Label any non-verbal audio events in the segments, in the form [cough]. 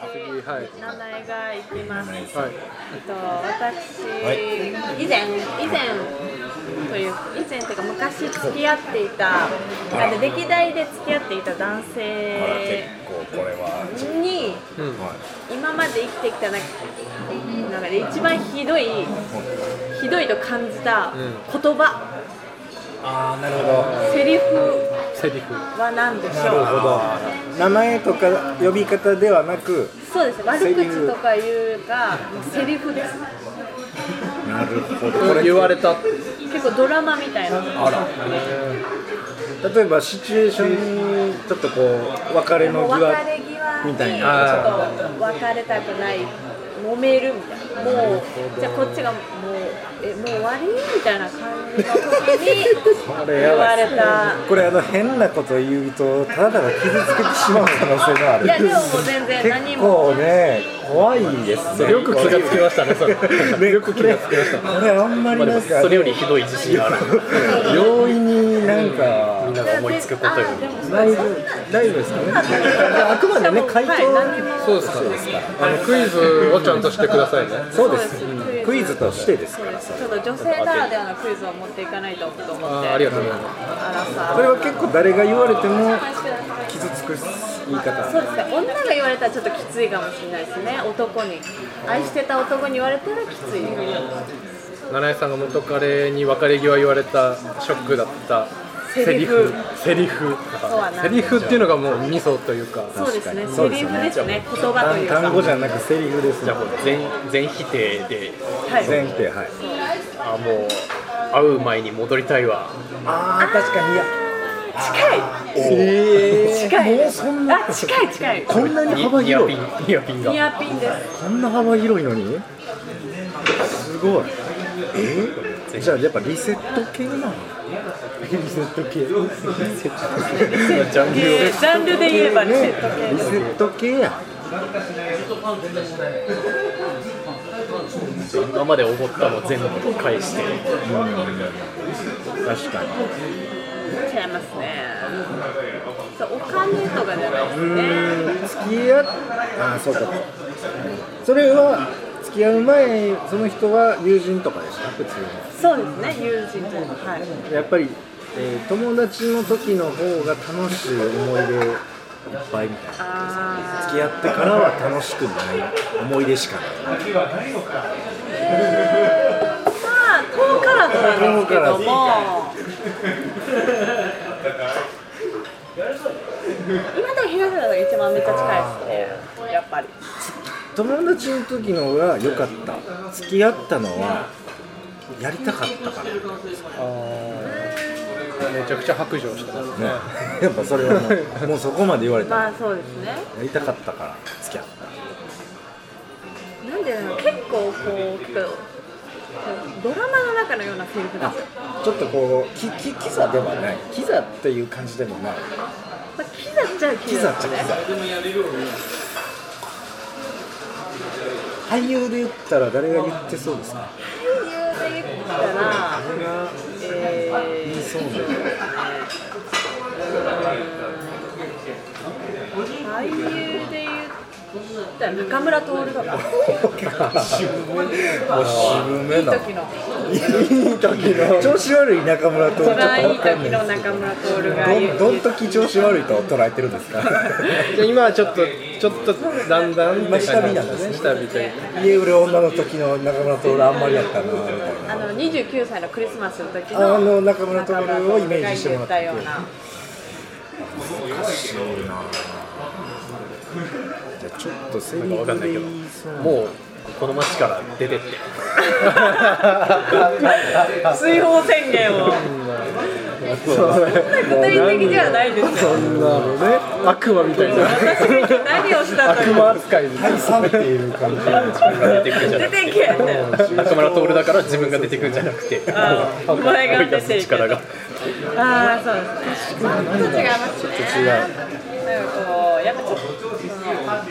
次はい名前が行きます。えっはいと私、い以前以前という以前というか昔付き合っていたあの歴代で付き合っていた男ほら結性構これは、にうんはい、今まで生きてきた中中で一番ひどいひどいと感じた言葉、ああなるほどセリフセリフは何でしなるょう。ほど名前とか呼び方ではなくそうですね。悪口とか言うか、もうセリフです。なるほどこうんれ言われた結構ドラマみたいな。あら例えばシチュエーションにちょっとこう別れのもう際別れ際にみたいちなょっと別れたくない揉めるみたいなもうじゃあこっちがもうえもう終わりみたいな感じの時に言われたこれあの変なこと言うとただただ傷つけてしまう可能性があるいやでももう全然何結も構ね怖いですねよく気がつきましたねそれよく気がつきましたこれあんまりまあでなもんかそれよりひどい自信がある容易になんかみんなが思いつくことより大丈夫大丈夫ですかねあくまでね回答はい何もそうですかあのクイズをちゃんとしてくださいねそうですそうですクイズとしてですそかうらですちょっと女性ならではのクイズを持っていかないとと思ってあーありがとうございますあらさそれは結構誰が言われてもそ傷つく言い方うですね女が言われたらちょっときついかもしれないですね男に愛してた男に言われたらきつい七重さんが元彼に別れ際言われたショックだったセリフセリフそうはなセリフっていうのがもう味噌というかそうですねそセうでリすよフねですね言葉とい単うか単語じゃなくセリフですじねゃあもう全全否定ではい前提はいあもう会う前に戻りたいわあー確かにいや近い近いもうそんなあ近い近いこんなにニ幅ニアピ広いンニアピンがニアピンですこんな幅広いのにすごいえじゃあやっぱリセット系なのリセット系リセット系ジャンいルをえジャンルで言えばリセット系リでセすット系や今まで思ったの全部返して確かに違いますねそうお金とかじゃないですね付き合っああそうかそれは付き合う前その人は友人とかでした普通そうですね友人というかはいにやっぱり、えー友達の時の方が楽しい思い出いっぱいみたいあな付き合ってからは楽しくない思い出しかないーまあ遠からずなんですけど遠も今でも東野さんが一番めっちゃ近いですねやっぱり友達の時の方が良かった付き合ったのはやりたかったからねめちゃくちゃ白状してますね [laughs] やっぱそれはもうもうそこまで言われたまあそうですねやりたかったから付き合ったなんでだろう結構こうちょっとドラマの中のようなセリフなんですよ、ちょっとこうききキザではないキザっていう感じでもないまあ、キザっちゃキキザザでっすちゃキねザ俳優で言ったら誰が言ってそうですか俳優で言ったら誰がえ言いそうなー俳優で言ったら中村徹だった [laughs] 渋めいいな時のいい時の調子悪い中村とちょっとそわからいいんない時の中村徹が言うどんどん時調子悪いと捉えてるん [laughs] ですかじゃあ [laughs] 今はちょっとちょっとだんだんって感じ下火なんですね下火というか家売る女の時の中村徹あんまりやったなみたいあの29歳のクリスマスの時なあのの中村徹中村をイメ徹ーがジして言っもらったたようなじゃあちょっとセリなんかわかんなフいでけど言いそうもうこの街から出てって追放宣言を具体的ではないですよそんなのね悪魔みたいな私が今日何をしたとい悪う魔扱いで第3っていう感じなんですけど出てくんじゃな出くててけみたいな中村徹だから自分が出てくんじゃなくてあお前が出ていけ力がああそうですね。ちょっと違いますね。違うなんかこうやっぱちょっとその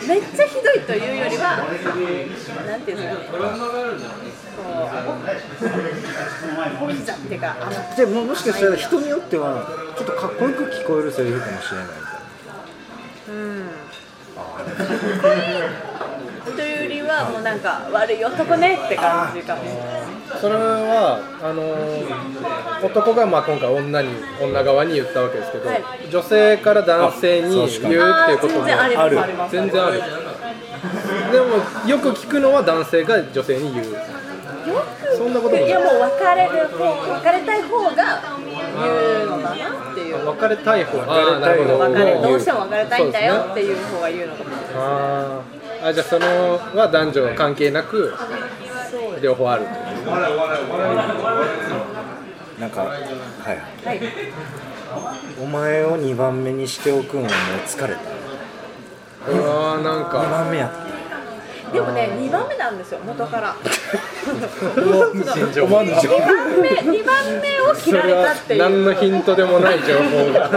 めっちゃひどいというよりはなんていうんですかね。こうポリザっていうかあのでももしかしたら人によってはちょっとかっこよく聞こえるセリフかもしれないみたいなうんああでもいいというよりはもうなんか悪い男ねって感じかもそれはあのー男がまあ今回女に女側に言ったわけですけど、はい女性から男性に言うってあいうーこと全も然ありますあるあります全然あるでもよく聞くのは男性が女性に言うよくそんなこともないいやもう別れる方別れたい方が言うのかなっていう別れたい方別れたい方別れをどうしても別れたいんだよそうっでていう方が言うのかもすねあーあじゃあそのは男女関係なくそう両方あるなんかはいはいお前を2番目にしておくのもう疲れたあーなん2か番目やっでもね2番目なんですよ元からたおまんじ2番目2番 [laughs] 目を切そられれたはっていう何のヒントでもない情報が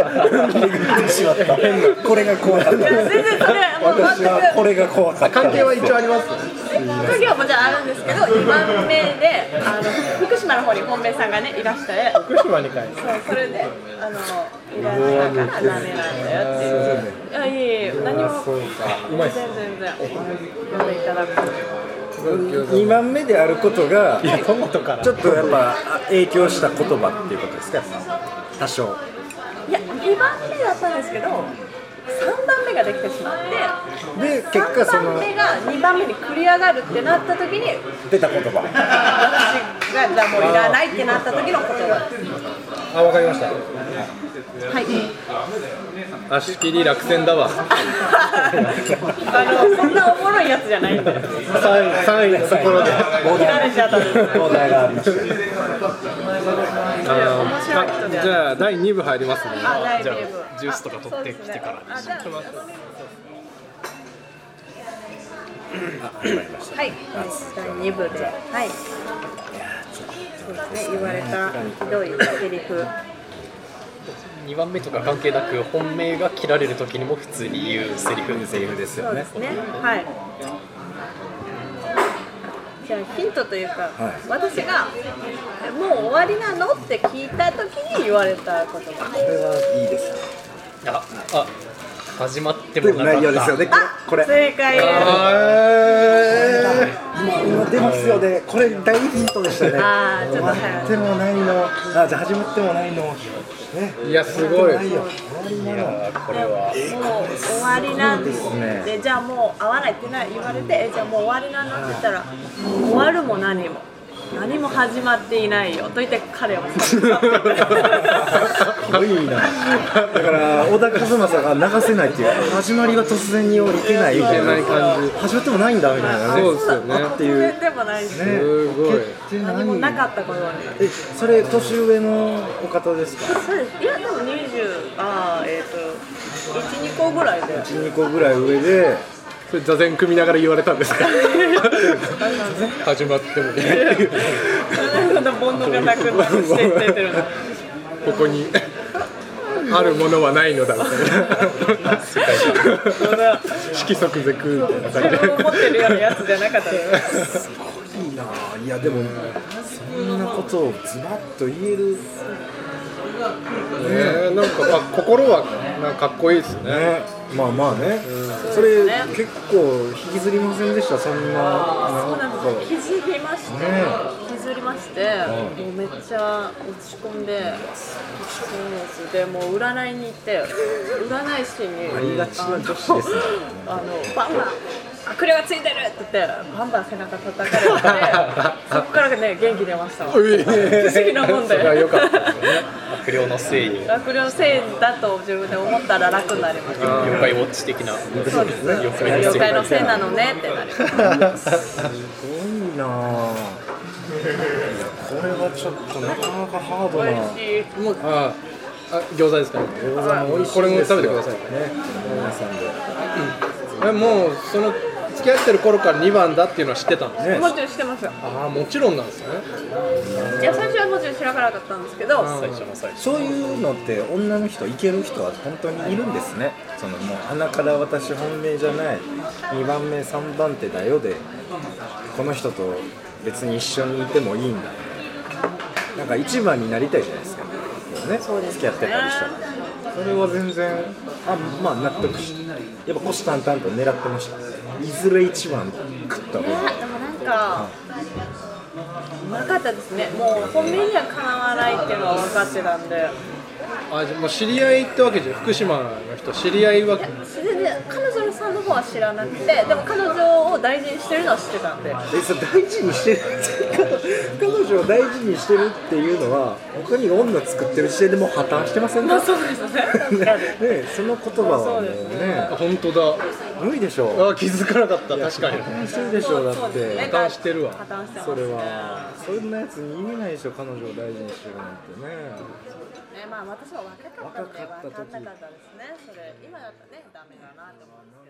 てしまったこれが怖かったいや全然それはもう私はこれが怖かった関係は一応あります副業もじゃああるんですけど2番目であの福島の方に本命さんがねいらして福島に帰るそうそれであのいらしたからダメなんだよっていういやいえいえ何もそうかうまいっす全然全然読んでいただく2番目であることがトマトからちょっとやっぱ影響した言葉っていうことですかやっぱ多少いや2番目だったんですけど3番目ができてしまってで結果そ3番の目が2番目に繰り上がるってなった時に出た言葉私がじゃあもういらないってなった時の言葉ですあわかりましたはい足切り落選だわあのそんなおもろいやつじゃないんで3位三位のところでボ切られちゃったんですーダーがありました面白い人でじゃあ第2部入りますねあライブじゃあジュースとか取ってきてからにしますねはい、第2部で、はい、そうですね、言われたひどいセリフ、 2番目とか関係なく本命が切られる時にも普通に言うセリフセリフですそようねですね、はい。じゃあヒントというか、はい私がえもう終わりなのって聞いた時に言われた言葉。これはいいですねああ始まってでももなか内容っですよたねこれこれ正解です。今今出ますよねこれ大ヒントでしたねあーちょっとはい終わってもないのあじゃあ始まってもないのねいやすごいないよ終わりなのこれはもう終わりなんでそうですねじゃあもう会わないってな言われてえじゃあもう終わりなのって言ったら終わるも何も何も始まっていないよと言って彼は去っていったすごいなだから小田和正が流せないっていう始まりは突然にいけないみたいいけない感じ始まってもないんだみたいなねそうですよねっていうでもないしねすごい決定何もなかったことにえそれ年上のお方ですかそうですいやでも20ああえっ、と12個ぐらい [laughs] で12個ぐらい上でそれ座禅組みながら言われたんですか始まってもねそんな煩悩がなくなってしてって [laughs] るのここにあるものはないのだみ [laughs] たいな色即是空みたいなそ感じれでを思ってるようなやつじゃなかったですいいなあいやでもそんなことをズバッと言えるねなんかか心はなんかかっこいいですねねまあまあねそれね結構引きずりませんでしたそんなそうななんんかですよ削りまして、ね削りまして、もうめっちゃ落ち込んで、そうですでもう占いに行 [laughs] って、占い師に、ありがちな女子ですねあのバンバン、あくれがついてるって言って、バンバン背中叩か [laughs] れて、そこからね、元気出ましたわ、不思議なもんで。それは良かった悪霊のせいに悪霊のせいだと自分で思ったら楽になりました。妖怪ウォッチ的なそうですね。妖怪のせいなのねってなりました。すごいなあいやこれはちょっとなかなかハード美な味しい。ああ餃子ですか餃子も美味しいこれも食べてくださいね皆さんでえもうその付き合ってる頃から2番だっていうのは知ってたんですねもちろんしてますよ。ああもちろんなんですねいや最初はもちろん知らなかったんですけど、最初の最初そういうのって女の人いける人は本当にいるんですねそのもう鼻から私本命じゃない2番目3番手だよでこの人と別に一緒にいてもいいんだなんか一番になりたいじゃないですか、こうね、そうです付き合ってたりしたらそれは全然あまあ納得しやっぱ虎視眈々と狙ってましたいずれ一番食った方ねがでもなんかなかったですねもう本命にはかなわないっていうのは分かってたんであじゃあもう知り合いってわけじゃん福島の人知り合いはそれで彼女さんの方は知らなくてでも彼女を大事にしてるのは知ってたんでえそれ大事にしてるって彼女彼女を大事にしてるっていうのは他に女作ってる時点でもう破綻してませんまあかそうですね確ねかにねその言葉はもうね本当だ無理でしょうあ気づかなかった確かに破綻してるでしょうだそうっですねて破綻してるわ破綻してますそねれはそんなやつに言えないでしょ彼女を大事にしてるなんてねねまあ私は若かったので若かった時分かんなかったですねそれ今だったらねダメだなと思うんですけど